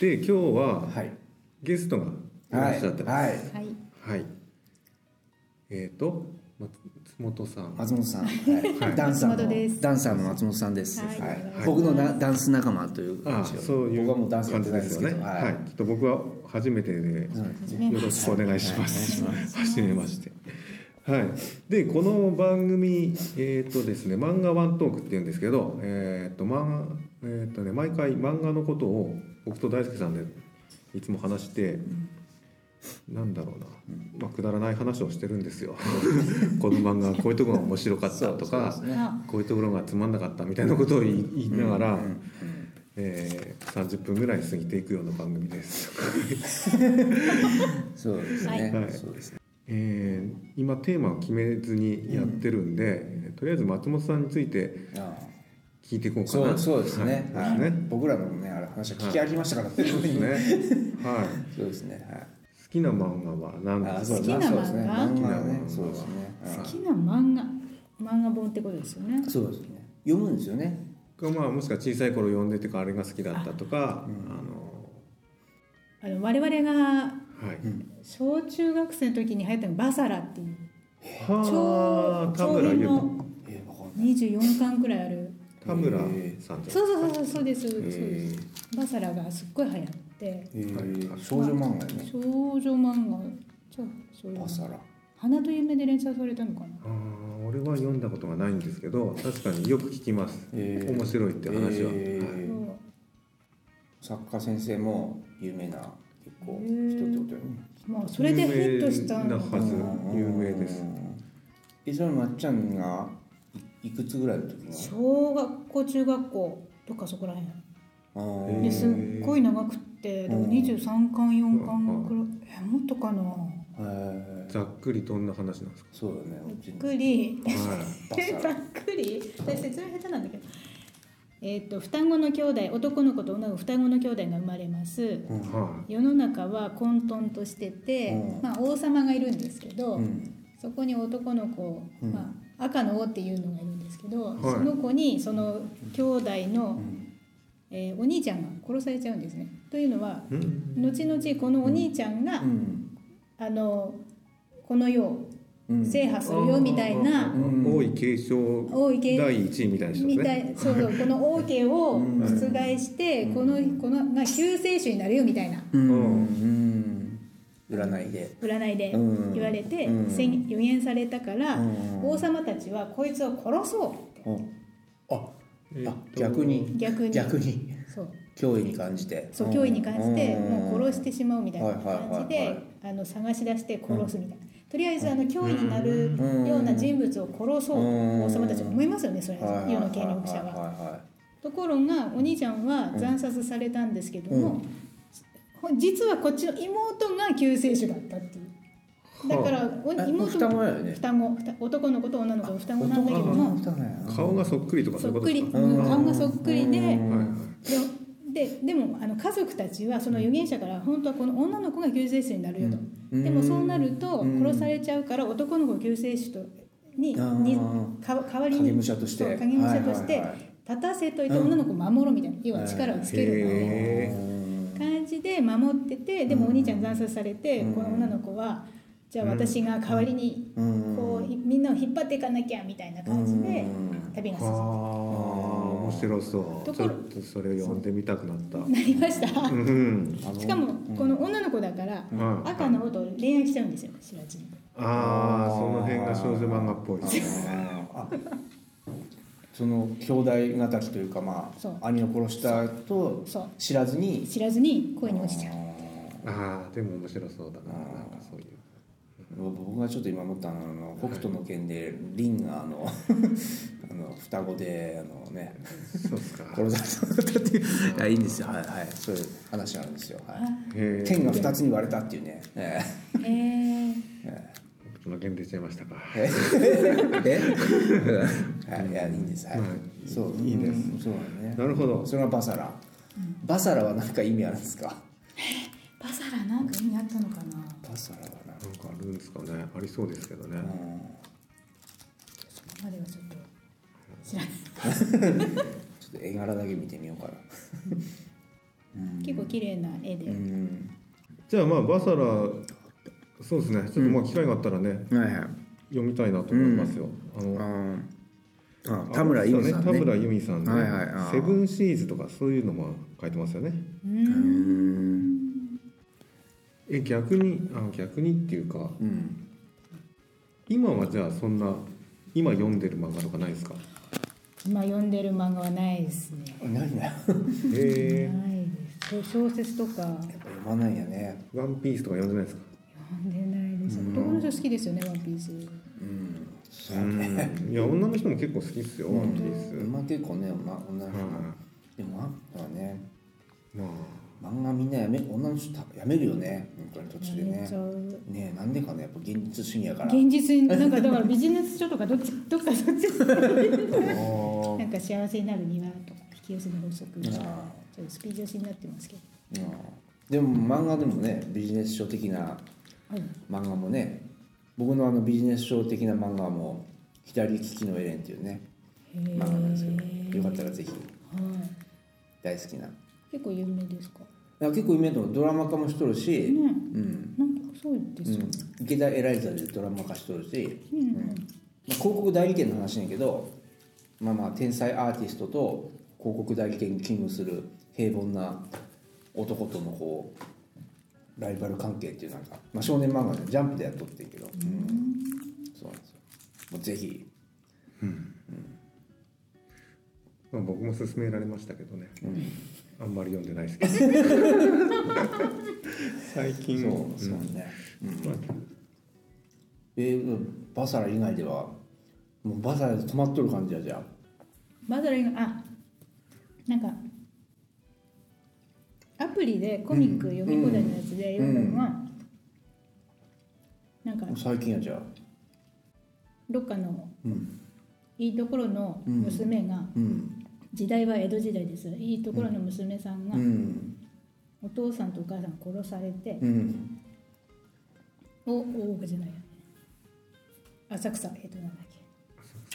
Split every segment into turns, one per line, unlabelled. で今日は
はい
ゲストがいらっしゃってます。
はいはい
はい。
はい。えっ、と松本さん。
松本さん、はい
はい
ダンサ
松本で
ーの
す
ダンサーの松本さんです。
はいはい
僕のなダンス仲間という感
あ
じを。
そういう
僕はもうダンスや
感
って
じ
ない
で
で
す
すけ
よ
ど、
ね。はい、ちょっと僕は初めてで、
そう
よ
ですね
ろしくお願いします。
は
はいじ、めまして。はい、でこの番組、えっとですね、漫画ワントークっていうんですけど、えっと漫画えっとね、毎回漫画のことを僕と大輔さんでいつも話して、なんだろうな、まあ、くだらない話をしてるんです よこの漫画はこういうところが面白かったとか、
そうですね
あ、
こういうところがつまんなかったみたいなことを言い言いながら、
うんうん
えー、30分ぐらい過ぎていくような番組です。
そうですね。
はい
そうですね。
えー今テーマを決めずにやってるんで、えーとりあえず松本さんについて
あ
聞いていこう
あ
か
そ
な
うそうですね。
は
はいい
ですね
僕らのねあれ話は聞き飽きましたからね。
そうです ねはい
そうですね。はい。
好きな漫画は何
あ
です
そう
か
で
好
す
き
ね
な
そうですね。漫
漫
画
画
ね。そうですね。
好きな漫画、漫画本ってことですよね
うん。そうですね。読むんですよね。
がまあ、もしくは小さい頃読んでてかあれが好きだったとかあ、
あの我々が
のはい、
小中学生の時に流行ったのがバサラっていう
はあ
長
田
長
村
編
ゆ
の
えーわかんない。
24巻くらいある。
田村さんじゃ
そうそうそうそうですそうです。
えー
バサラがすっごい流行って、
えー少女漫画よね。
少女漫画じゃあそういう
パサラ。
花と夢で連載されたのかな。
あー俺は読んだことがないんですけど確かによく聞きます、
えー
面白いって話は、
え
はい
ー
そう
作家先生も有名な結構人ってことよね。
まあそれでヒットしたのか
有名なはず
な。
有名です
えそれまっちゃんがいいくつぐらいの時の
小学校中学校とかそこら辺。
へ
あー
え
ですっごい長くって、だから
うん
23巻4巻くらい、えもっとかな
へー
ざっくりどんな話なんですか
そうだねう
ざ
ち
っ
の
くり
はい
ざっくり私説明下手なんだけどえーっと双子の兄弟男の子と女の子双子の兄弟が生まれます
うん
は
世の中は混沌としてて、
うん
まあ、王様がいるんですけど、
うん
そこに男の子、
うん
まあ、赤の王っていうのがいるんですけど、
い
その子にその兄弟の、
うん
えーお兄ちゃんが殺されちゃうんですね。というのはい
うん
後々このお兄ちゃんが、
うん
あのこの世を
うん
制覇するよみたいな、
うん
王位継承
王位継
第1位みたいな人で
み
す
た
ね
いそうそうこの王家を
うん
出外して、
うん
このこのが救世主になるよみたいな
うん
うん
うん占いで
占いで
うん
言われて、
うん
宣予言されたから、
うん
王様たちはこいつを殺そうって
ああ
えっと
逆に
逆に
逆に
そう
脅威に感じて
そう脅威に感じてもう殺してしまうみたいな感じ
はいはいはい
であの探し出して殺すみたいな。とりあえずあの脅威になるような人物を殺そう
うん
王様たちも思いますよねそれは世の権力者は。
は
ところがお兄ちゃんは惨殺されたんですけども、ほ実はこっちの妹が救世主だったっていうだからお
あ
妹
双子だよね
双子ふた男の子と女の子の双子なんだけど
男の
も
子双子なんや
顔がそっくりとかそ
そう
いうこ
っく
とで
り
すか
うん
顔がそっくりで
うん
はいはい
でででもあの家族たちはその預言者から本当はこの女の子が救世主になるよと、
うん
でもそうなると
うん
殺されちゃうから男の子を救世主とに
あー
にか代わりに
影武者として
そう影武者として
はいはいはい
立たせといて女の子を守ろうみたいな、要は力をつけるみたいな。
へ
感じで守っててでもお兄ちゃん惨殺されて、この女の子はじゃあ私が代わりに
うん
こういみんなを引っ張っていかなきゃみたいな感じで
うん
旅が
ーはあ
進む
面白そう
と
ち
こ
ょ
ろ
っとそれ読んでみたくなった
なりました
うん
あの
しかもこの女の子だから
うん
赤の音と恋愛しちゃうんですよ知らずに
ああその辺が少女漫画っぽいですね
あその兄弟敵というかま
そう
あ兄を殺したと
そう
知らずに
知らずに恋に落ちちゃう
ああでも面白そうだななんかそういう
僕がちょっと今思ったのはあの北斗の拳でリンがあの あの双子であのね
そうっすか
殺されたっていういやいいんですよはいはいそういう話なんですよはい
へえ
天が二つに割れたっていうねえ
へえ
その件出ちゃいましたか
ええはいいやいいんですはい、
はい
そう
いいです
うんそうだね
なるほど
それがバサラ、バサラは何か意味あるんですか
バサラなんか意味あったのかな
バサラはなんか
なんかあるんですかねありそうですけどね
そこまではちょっと知らない
ちょっと絵柄だけ見てみようかな
結構綺麗な絵で、
うん
じゃあまあバサラそうですねちょっとまあ機会があったらね、
はいはい
読みたいなと思いますよ、あの
あーあ田村由美さん
田
ね
村由美さんの、
はいはいあー
セブンシーズとかそういうのも書いてますよね
うん
うーん
え逆にあ逆にっていうか
うん
今はじゃあそんな今読んでる漫画とかない ですか
今読んでる漫画はないですね
何だよ
へえ
ないです小説とか
やっぱ読まないよね
「ワンピースとか読んでないですか
読んでないです男の人好きですよね「ワンピース
うんそううね
んいや女の人も結構好きっすよ「ワンピース
まあ結構ね、ま、女の人も
は
でもワンピはね
いま
漫画みんなやめ女の人たやめるよね本当に途中で
やめ
ね
ちゃう
ねえなんでかねやっぱ現実主義やから
現実になんかだからビジネス書とかどっちどっかそっち
あ
なんか幸せになる庭とか引き寄せの法則とかち
あ
ょっとスピードしになってますけ
ー
ど、
うんでも漫画でもねビジネス書的な
はい、
漫画もね僕のあのビジネス書的な漫画も「左利きのエレン」っていうね漫画なんですけどよかったらぜひ
はい
大好きな
結構有名ですか
なんか結構イメージのドラマ化もしとるし、う
ね
ん
なんかそうですよね、
うん、池田エライザでドラマ化しとるし、
うん
まあ、広告代理店の話なんやけどまあまあ天才アーティストと広告代理店に勤務する平凡な男とのこうライバル関係っていうなんか、まあ、少年漫画でジャンプでやっとってんけど、うんそうなんですよもうぜひ、
あまあ僕も勧められましたけどね
うん、
あんまり読んでないですけど 最近
そう
も
そうね、うんえーバサラ以外ではもうバサラで止まっとる感じやじゃあ
バザラがあなんかアプリでコミック読み放題のやつで読んだのは、なんか
最近やじゃあ
どっかの
うん
いいところの娘が、
うん
時代は江戸時代ですいいところの娘さんが、
うん
お父さんとお母さん殺されて、
うん
お大奥じゃないや浅草えっとなんだっ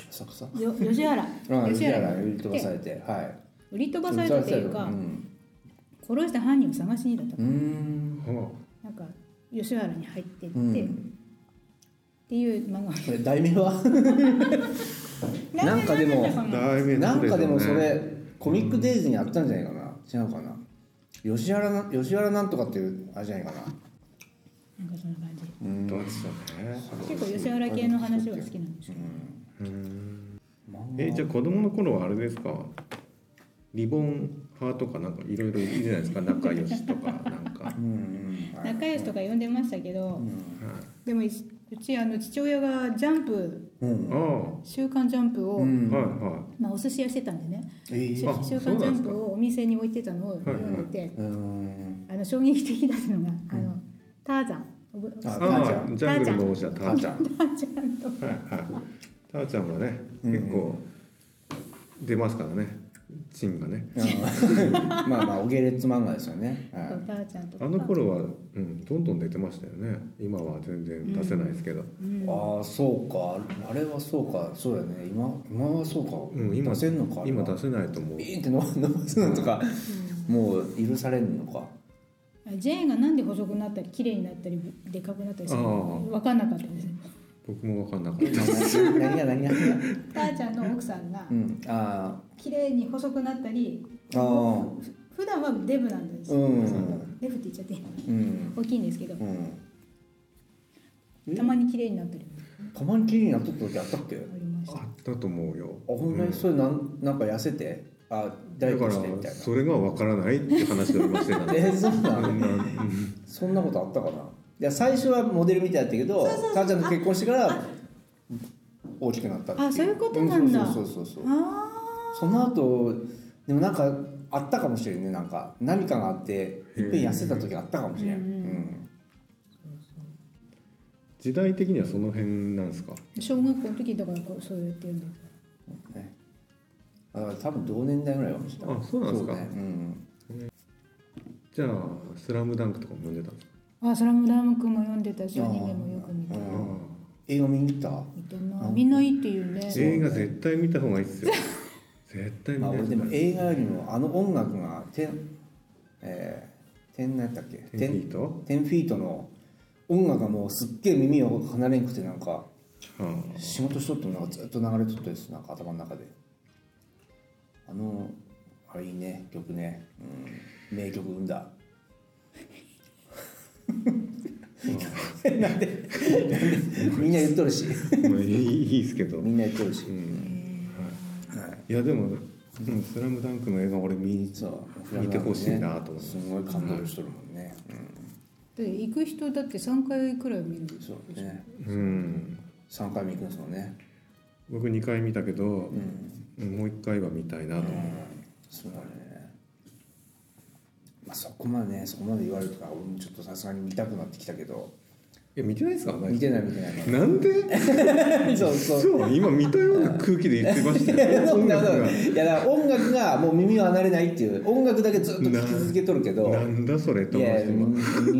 浅草
けよ吉原
ああ吉原
が
売り飛ばされてはい
売り飛ばされたっていうか、
うん
殺した犯人を探しにだった
うーん
は
なんか吉原に入ってって、
う
っ
ん
ていう漫画
それ題名はなんかでも
あ題名
な
そ
ん
う
か
す
で
よ
も
ね
それコミックデイズにあったんじゃないかな違うかな吉原な吉原なんとかっていうあれじゃないかな
なんかそんな感じ
うん
どうでしょうね
結構吉原系の話は好きなんですよ
漫画
えじゃあ子供の頃はあれですかリボン派とかなんかいろいろいるじゃないですか仲良しとかなん か、は
うんうんはい
仲良しとか呼んでましたけど、でもいうちあの父親がジャンプ
う
い、
ん
ああ
週刊ジャンプを、
うん
はいは
まあ、お寿司屋してたんでね
えー
週
あ
週
そう
刊ジ
な
ャ
んで
ン
すか
プをお店に置いてたのを読んでて、
うーん
あの衝撃的だったのが、あのターザン覚え
あ
い
ターちゃ
あ
ん
あジャングルの王者タ
ター
ー
ち
ち
ゃ
ゃ
ん
ターちゃんと
んはいはいターちゃんがね
うん
結構出ますからねチンがね
うん まあまあお下劣漫画ですよねはい
ターちゃんとか
あの頃は、うん、どんどん出てましたよね今は全然出せないですけど、
うん
ああそうかあれはそうかそうだね今今はそうか、
うん、今
出せんのかあれは
今出せないと思う
ビーンって伸ば伸ばすのとかもう許されんのか
ジェーンがなんで細くなったり綺麗になったりでかくなったりする
あ
の
あ
分かんなかったです
僕も分かんなかった
何が何が何が
ターちゃんの奥さんが
うんあ
綺麗に細くなったり
あああ
普段はデブなんです、
うん
デブって言っちゃっていいの
うん
大きいんですけど
うんえ
たまに綺麗になったり
たまに綺麗になっとった時あったっけあ
ありました
あったと思うよ
ほんまにそれなんなんか痩せてあダイエ
だか
ットしてみた
ら
いな
それが分からないって話を今してたんで
えーそうな
あん
ん
な うん
そんなことあったかないや最初はモデルみたいだったけど
そうそうそう
母ちゃんと結婚してから大きくなったっていう
あそういうことなんだ
うんそうそうそうそう
あ
その後でもなんかあったかもしれんねなんか何かがあっていっぺん痩せた時あったかもしれん、うん
時代的にはその辺なんですか
あ小学校の時とかこうそうやってるんです
ね、だから多分同年代ぐらいかもしれない
あそうなんですか
ねうん、
じゃあ「スラムダンクとかも読んでたんですか
あスラムダンクも読んでたしアニメもよく見て
うん
あ
映画見に行った
見てなみんないいっていうね
あ映画絶対見た 方がいいっすよ絶対見
まあ、
ない
俺でも映画よりもあの音楽が手えー、天何やったっけ
10フィート
テンフィートの音楽がもうすっげえ耳を離れんくてなんか
は
仕事しとってもなんかずっと流れとったですなんか頭の中であのあれいいね曲ね、うん、名曲生んだなんでなんでみんな言っとるし
あまあいいいいですけど
みんな言っとるし、
いやでも「うんスラムダンクの映画俺見
そう
見てほしいなと思います
すごい感動しとるもんね、
で行く人だって3回くらい見るでし
そ
ょ
うね
うん
3回目行くんですもんね
僕2回見たけど、
うん
うんもう1回は見たいなと思う、
すごいねまあそこまでねそこまで言われるとか俺もちょっとさすがに見たくなってきたけど
いや見てないですか
見てない見てないま
なんで
だ そうそう
そう今見たような空気で言ってました
いや
よ
そん
音
な
楽
こと
が
ないいやだから音楽がもう耳を離れないっていう音楽だけずっと聴き続けとるけど
なんだそれと
い
思っ
や
て今
見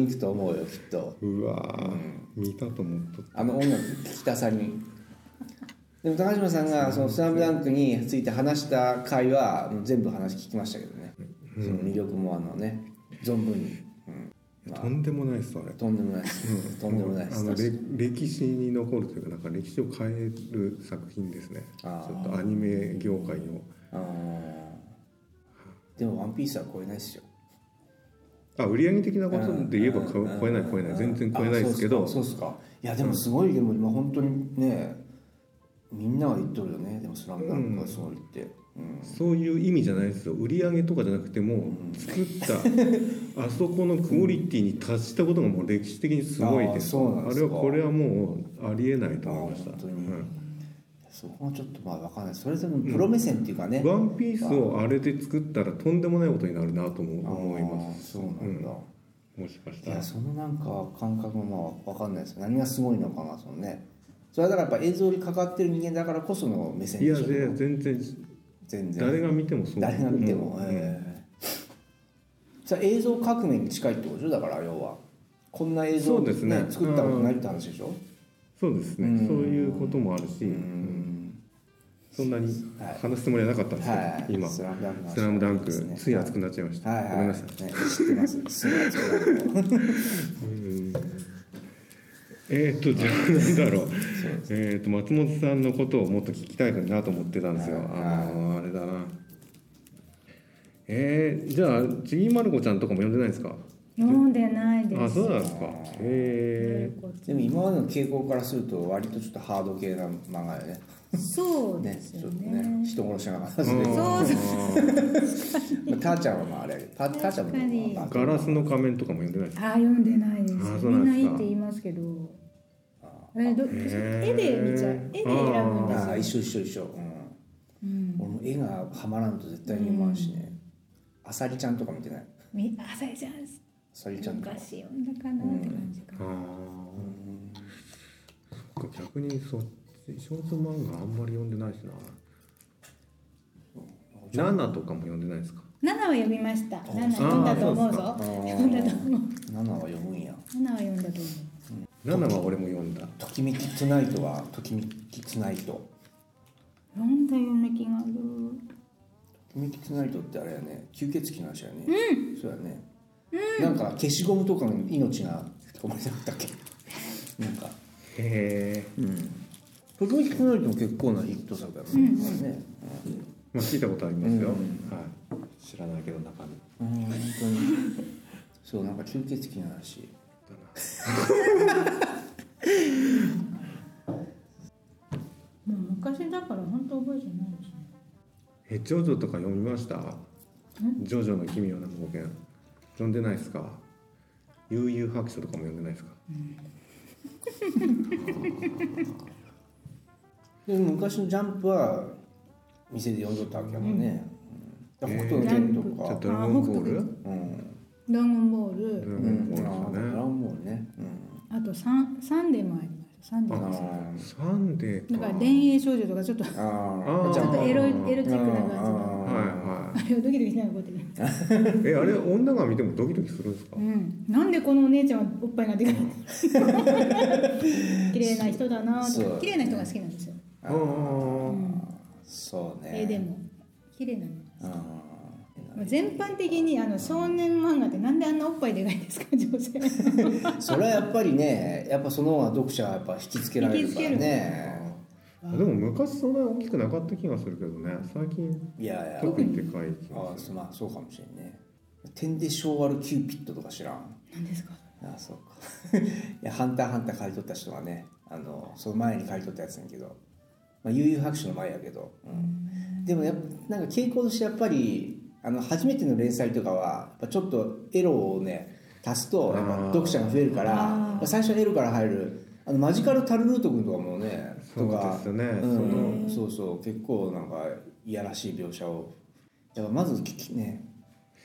に行くと思うよきっと
うわー見たと思っとっ
あの音楽聴きたさにでも高島さんが「そのスラムダンクについて話した回はもう全部話聞きましたけどね、その魅力もあのね存分に、うん
た
ま
とんでもないですあれ
あ、とんでもないですとんでもないで
あの
す
れ歴史に残るというかなんか歴史を変える作品ですねち
あー
ょっとアニメ業界を
あーでも「ワンピースは超えないですよ
あ売上的なことで言えばか
うん
超えない超えない全然超えないですけど
あそうっすかそうっすかいやでもすごいでも今本当にねみんなが言っとるよねでも「スラムダンクはすごいって、うん
そういう意味じゃないですよ売り上げとかじゃなくても作ったあそこのクオリティに達したことがもう歴史的にすごいです
あーそうなんで
あ
す
れ
か
はこれはもうありえないと思いました
あー本当に
うん
そこはちょっとまあ分かんないそれでもプロ目線っていうかね、
ワンピースをあれで作ったらとんでもないことになるなとも思います
すそうなんだ、
もしかし
い
たら
やそのなんか感覚もまあ分かんないです何がすごいのかなそのねそれはだからやっぱ映像に関わってる人間だからこその目線
い
で
や
しょ
全然
全然
誰が見てもそう
誰が見ても、
うん
ええそれは映像革命に近いってことでしょだから要はこんな映像を
そうですね
作ったことないって話でしょ
そうですね、
うん
そういうこともあるし、
う
うん
ん
そんなに
はい
話すつもりはなかったんですけど、
はい
今「
ス
ス
ラムダンクの話
ラムダンク
ですね
つい熱くなっちゃいました、
はい
ごめん
は
なさい
い、ね、知ってますすごい熱くなる
うんえー、っとじゃあなんだろうえーっと松本さんのことをもっと聞きたいなと思ってたんですよ、
はい
あのーあれだなえー、じゃあちびまる子ちゃんとかも呼んでないですか
飲んでないです
あそうなんですか
な
え
るほど
でも今までの傾向からすると割とちょっとハード系な漫画よね。
そうで
ね、
す
ちょ
よ
っと
ね
ね、人殺しながら
ー、
ね。
そうそう
まあ、ターちゃんはまああれやけど、タターちゃんも
確かに
まあ
ガラスの仮面とかも呼んでないです
あー読んでないです
あーそう
み
なんですか
んないいって言いますけどあれど
へー
絵で見ちゃう絵で選ぶんで
ああ、
す
一緒
よ、
一緒一緒。うん。
うん、
俺も絵がはまらんと絶対に読まんしね。あさりちゃんとか見てない。
み朝井ちゃん
あさりちゃんとか。
昔読んだかなって感じか
あ
な、
あそっか逆にそっち少女漫画あんまり読んでないしなナナとかも読んでないですか
7は読みました7
そう
読んだと思うぞ
あ
読んだと思う
ナナは読むんや。
7は読んだと思
ナナは俺も読んだ
ときめきツナイトはときめきツナイト。と
うなんだ読む気がある
きめきツナイトってあれやね、吸血鬼の話やね。そうやね。なんか消しゴムとかの命が含まれてなかった っけ。なんか。
へえ
うん。ときめきツナイトも結構なヒット作やもんね。
まあ聞いたことありますよ、
うん
はい知らないけど中身
うん、本当に。そう、なんか吸血鬼の話。
もう昔だから本当覚えてないですね
えジョジョとか読みましたジョジョの奇妙な冒険読んでないですか悠々白書とかも読んでないですか
でも昔のジャンプは店で読んどったわけやもんね、うん
うん
北斗の拳と
じゃあ
か、
ドラゴンボール
あ
うん
ドラゴンボール、
ドラ
う
ゴンボー
ん、あ
ルで
あ
す
ドラ
よね
ゴンボールね、うん
あとサンサンデーもありましたサンデー
あ
も
サンデー
だ
か
から恋愛少女とかちょっとち
ああ
あー
あ
ょっとエロい
あー
エロチックな
あ
感
ー
はいはい
じのあれをドキドキしながらこうやって
えあれ女が見てもドキドキするんですか
う？んなんでこのお姉ちゃんはおっぱいがでかい綺麗な人だな
そう
とか綺麗な人が好きなんですよ
ああ
そうね
絵でも綺麗なの
うん
全般的にあの少年漫画ってなんであんなおっぱいでかいんですか女性
それはやっぱりねやっぱその方が読者はやっぱ引きつけられるから
引きつ
ね
でも昔そんなに大きくなかった気がするけどね最近
いやいや
特にでかい気
あ
がす
そ
る
まあそうかもしれんね点で昭和のキューピッドとか知らん
なんですか
ああそうか いや「ハンターハンター」借り取った人がねあのその前に借り取ったやつやけど、まあ、悠々白書の前やけど、うん、でもやっぱなんか傾向としてやっぱりあの初めての連載とかはやっぱちょっとエロをね足すとやっぱ
あー
読者が増えるから
あー
やっぱ最初はエロから入るあのマジカルタルルート君とかもね
そ
と
うで
か
すね
うん、そうそう結構なんかいやらしい描写をだからまずききね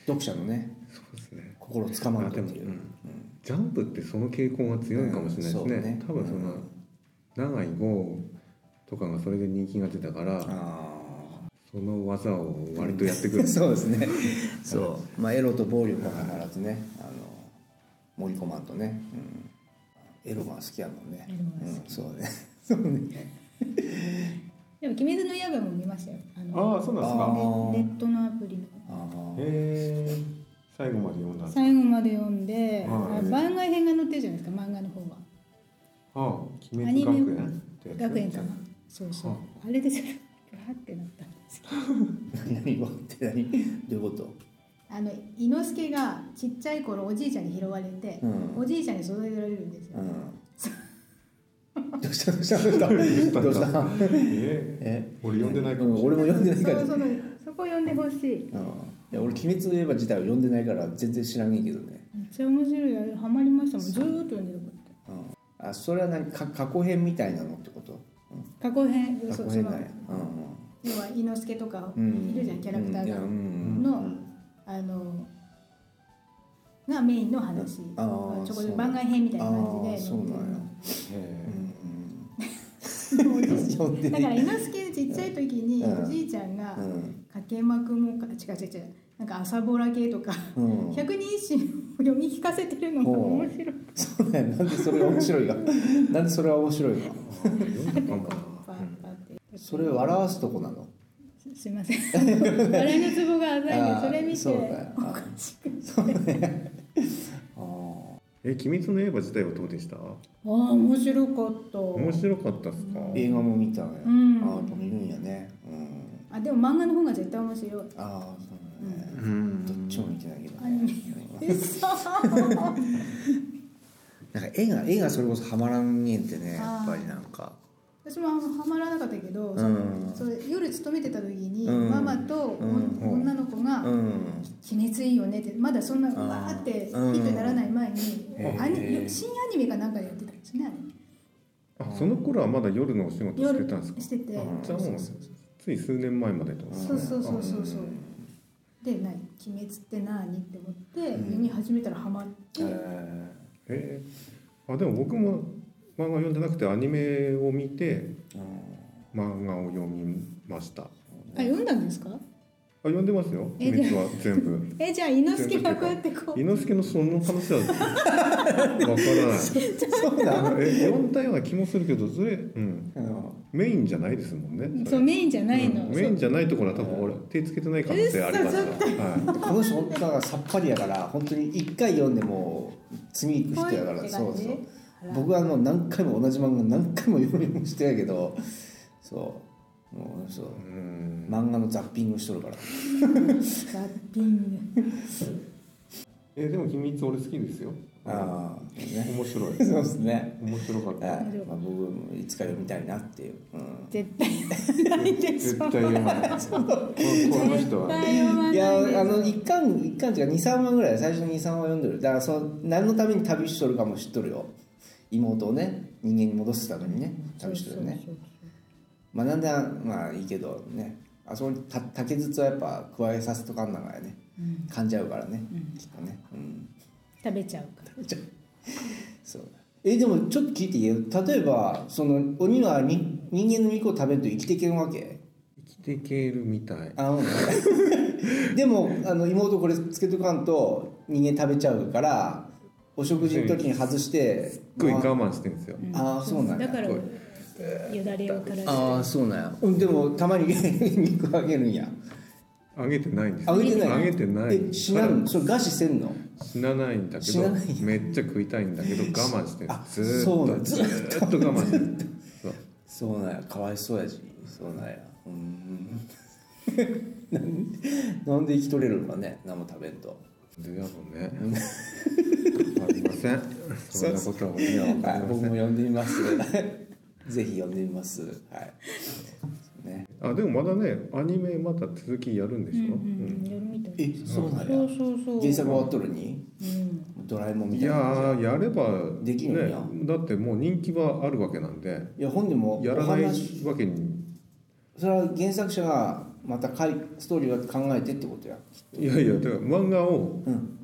読者のね
そうですね
心をつかまるって
あ
い
で
う。
もうんジャンプってその傾向が強いかもしれないですね,、
うんそうね
多分その、
うん
長井豪とかがそれで人気が出たから
あ
その技を割とやってく
ー
る
そうですねそうまあエロと暴力は必ずねあの盛り込まんとね、うん、エロが好きやもんね
エロが好
うん、そうねそうね
でも「鬼滅の刃」も見ましたよあの
ああそうなんです
あ
か
ー
ネネットのアプリの
あ
へ
ー
え最後まで読んだんです
最後まで読んで、
はい
あ番外編が載ってるじゃないですか漫画の方は
ああ鬼
ア
滅学
ニメ
園ってやつ
学園かなそうそう
は
あれでちょっとガーってなったんですけど
何をって何どういうこと
あの伊之助がちっちゃい頃おじいちゃんに拾われて、
うん
おじいちゃんに育てられるんですよ、
うんどうしたどうしたどうしたどうした
え
え
ー、俺読んでないか
う
も
ん
しれない、
俺も読んでないから
そうそのそこ読んでほしい
うんいや俺「鬼滅の刃」自体を読んでないから全然知らねえけどね、
めっちゃ面白いあれハマりましたもんずーっと読んでるこ
うん、あそれは何か過去編みたいなのってこと、うん
と過去編
過
そ
去
そ
編
の
なんや、うん
要は伊之助とか
う
いるじゃん、キャラクターが、
うんうん
の、あのがメインの話
あー
ちょこちょ
そ
こ
う
番外編みたいな感じ
あ
で
ーそうなんや
え
おじいちゃん
読んで
だから
ね
伊之助ちっちゃい時に
うん
おじいちゃんが
うん
掛幕もか違う違う違うなんか朝ぼら系とか
うん
百人一首を読み聞かせてるのが面白い
そうだよなんでそれが面白いかなんでそれは面白いか
ー、読んだか
こ
も
う
な
パッパッて
それ笑わすとこなの
すすいません笑いのツボが 浅いんでそれ見
そうだ
て
よあ
え「鬼滅の刃」自体はどうでした
ああ面白かった
面白かったっすか、
ー映画も見たのよ、
うん
ああやっぱ見るんやねうん
あでも漫画の方が絶対面白い
ああそうだね、
うん
どっちも見てないけど
アニメ
ね
嘘
なんか絵が絵がそれこそハマらんねんってねやっぱりなんか
私もハマらなかったけど、そ
うん
のそう夜勤めてた時に、
うん
ママと、
うん
女の子が「
うん
鬼滅いいよね」ってまだそんなわーってヒットにならない前に、
うん
アニ
へー
新アニメかなんかでやってたんですねあれ
あその頃はまだ夜のお仕事してたんですか
夜してて、
うん
じゃあもうつい数年前までってこと
そうそうそうそうそううんで「な鬼滅って何?」って思って、
うん
読み始めたらハマっ
え
て、
へえあでも僕も漫画読んでなくてアニメを見て
ーうん
漫画を読みましたあ
あ読んだんですか
読んでますよ
え
鬼滅は全部
えじゃあ伊之助がこうやってこう
伊之助のその話はわからない
そう だ。
え読んだような気もするけどそれ、うん、メインじゃないですもんね
そうメインじゃないの、
うんメインじゃないところは多分俺手つけてない可能性ありますから、は
この人本当だからさっぱりやから本当に一回読んでも次行く人やからそうそう僕はもう何回も同じ漫画何回も読みもしてやけどそうもうそう
い、うん
漫画のザッピングしとるから
ザッピング
えでも秘密俺好きですよ
ああね
面 白い
そうですね
面白かっ
は
た
い、まあ、僕もいつか読みたいなっていう、うん
絶対読まないでしょ
絶対読まないここの人
絶
は
対読まない
い
でし
や
ょ
あの一巻一巻っていうか23話ぐらい最初の23話読んでるだからその何のために旅しとるかも知っとるよ妹をね人間に戻すためにね旅しとるよね
そうそう
まあなんでまあいいけどねあそこにた竹筒はやっぱ加えさせとかんながらね
そうう
噛
ん
んじゃうからね、
うん
きっとねうん
食べちゃうから
そうえでもちょっと聞いていい例えばその鬼はに人間の肉を食べると生きていけるわけ
生きていけるみたい
あうん でもあの妹これつけとかんと人間食べちゃうからお食事の時に外して
すっごい我慢してるんですよ
うん
あーそうなんや
だから
こ
よだれをから
ああそうなんやうんでもたまに肉あげるんや
あげてないんです
あげてない
あげてない
え死なんそれ餓死せんの
死なないんだけ
死
ど
なない
めっちゃ食いたいんだけど我慢してる
あ
ずーっ
そうな
と
ん
ず
ずー
ーっと我慢してるそう
そうなんやかわいそうやしそうなんやうーん なんなんで 生きとれるのかね何も食べんと
でやもんねわかりませんそんなことは俺には分か
はい
りま
僕
せ
も
ん
呼んでみます ぜひ呼んでみますはいね
あでもまだねアニメまた続きやるんで
う
し
ん
ょ、
うん夜見た
えそうなん
そう
や
そうそう
原作終わっとるに
うん
ドラえもんみ
い
たい
や
な
ーやれば
できるんや
だってもう人気はあるわけなんで
いや本でも
や
お
らないわ
話
けに
それは原作者がまたかいストーリーを考えてってことや
いやいやだから漫画を
うん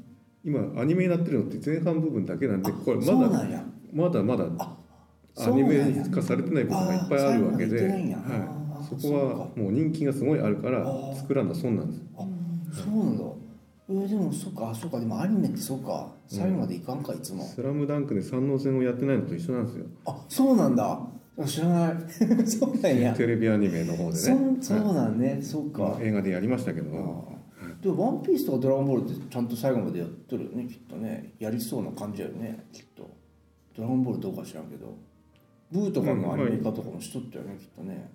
今アニメになってるのって前半部分だけなんでこれ
そ
ま
う
だ
なんや
まだまだアニメ化されてない部分がいっぱいあるわけで、
そうなんや
は
あ
い、そ
ー
こはもう人気がすごいあるから作らんだ損なんです
そうなんだえーでもそっかあそっかでもアニメってそうか最後までいかんかいつも、
スラムダンクで三能戦をやってないのと一緒なんですよ。
あそうなんだ知らない そうなんや
テレビアニメの方でね。
そそう
はい
なんね、そうか、
映画でやりましたけ
あ
ど。
ーでも「ワンピースとか「ドラゴンボール」ってちゃんと最後までやっとるよねきっとねやりそうな感じやよねきっと「ドラゴンボール」どうか知らんけどブーとかのアニメ化とかもしとったよね、きっとね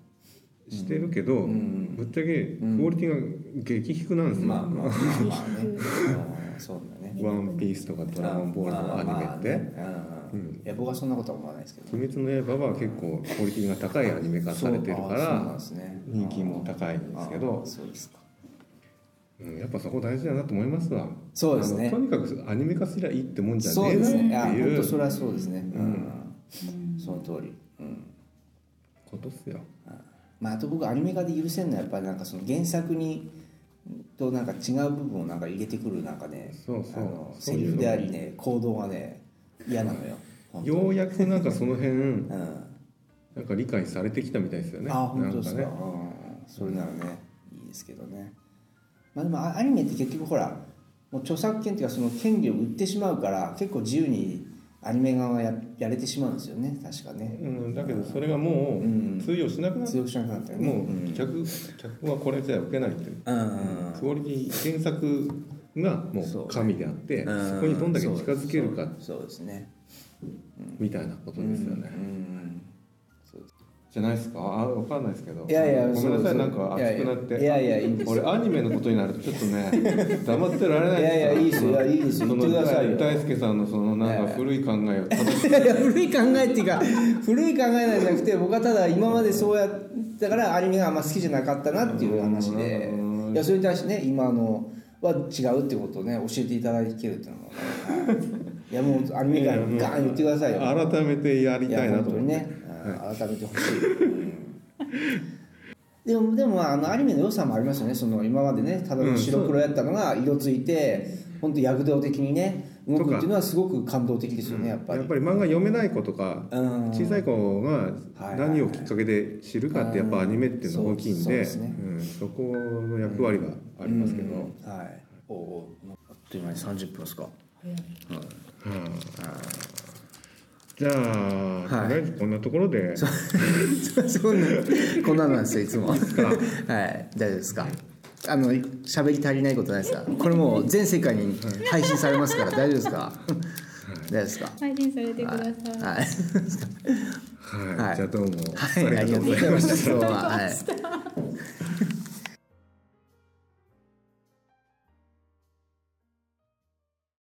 してるけど、
ん
ぶっちゃけクオリティが激低なんですよ。
まあ まあまあまあねあーそうだね
ワンピースとかドラゴンボールのアニメって。
まあまあまあねうんうんいや僕はそんなことは思わないですけど
鬼滅の刃は結構クオリティが高いアニメ化されてるか
そうあーそうなん
ら
ですね
人気も高いんですけ
あー
ど、
そうですか
うん、やっぱそこ大事だなと思いますわ
そうですね
あのとにかくアニメ化すりゃいいってもんじゃ
そ
ねえ
うで
なっ
す
て
ねいや
い
本当そうれはそうですねうん、
うん
その通りうん
ことっすよ
まあ、あと僕アニメ化で許せんのはやっぱりなんかその原作にとなんか違う部分をなんか入れてくるなんかね
そうそう
あの
そう
セ
いう
リ
の
フでありね行動がね嫌なのよ。本当に
ようやくなんかその辺
うん、
なんか理解されてきたみたいですよね
あ本当ですか
なんかね
うん、それならねいいですけどね。まあ、でもあアニメって結局ほらもう著作権っていうかその権利を売ってしまうから結構自由にアニメ側がややれてしまうんですよね確かね。
うん、だけどそれがも
うん
う通用しなくなって、
強くしなくなったよね。
も
うん
う客客はこれじゃ受けないという、
うんうん
クオリティ原作がも
そう
う神であってそ,、
うん
こにどんだけ近づけるか
そうそうですね。
みたいなことですよね、
うんうん
じゃないですかあ分かんないですけど
いやいや
ごめんなさ
そう
い
そう
なんか熱くなって
いやいやいやいいんです
俺アニメのことになるとちょっとね 黙ってられない
いやいやいいですよいやいいですよ
その
言ってくださいよ
大輔さんのそのなんか古い考えを正し
いやいや古い考えっていうか古い考えなんじゃなくて僕はただ今までそうやだからアニメがあんま好きじゃなかったなっていう話で
うん
いやそれに対してね今のは違うってことをね教えていただけるっていうのもいやもうアニメ界にガーン言ってくださいよ
改めてやり
い
た
や
いな
本
と
当
思
に
って、
ね、うん改めてほしい、うんでもでもまああのアニメの良さもありますよねその今までねただの白黒やったのが色ついて、本当躍動的にね動くっていうのはすごく感動的ですよねやっぱり
やっぱり漫画読めない子とか
うん
小さい子が
はい
何をきっかけで知るかってやっぱアニメっていうのは大きいん
そう
で
ですね
うんそこの役割がありますけど、
うんはいおおあっという間に30分ですか
早い
うんじゃあ、
はい
とりあえずこんなところで
そそんなこんなのなんですよいつも はい大丈夫ですかあの喋り足りないことないですかこれもう全世界に配信されますから大丈夫ですか大丈夫ですか
配信されてください、
は
はい
い、
はい
じゃあどうも、
はい、ありがとうございました。今日ははい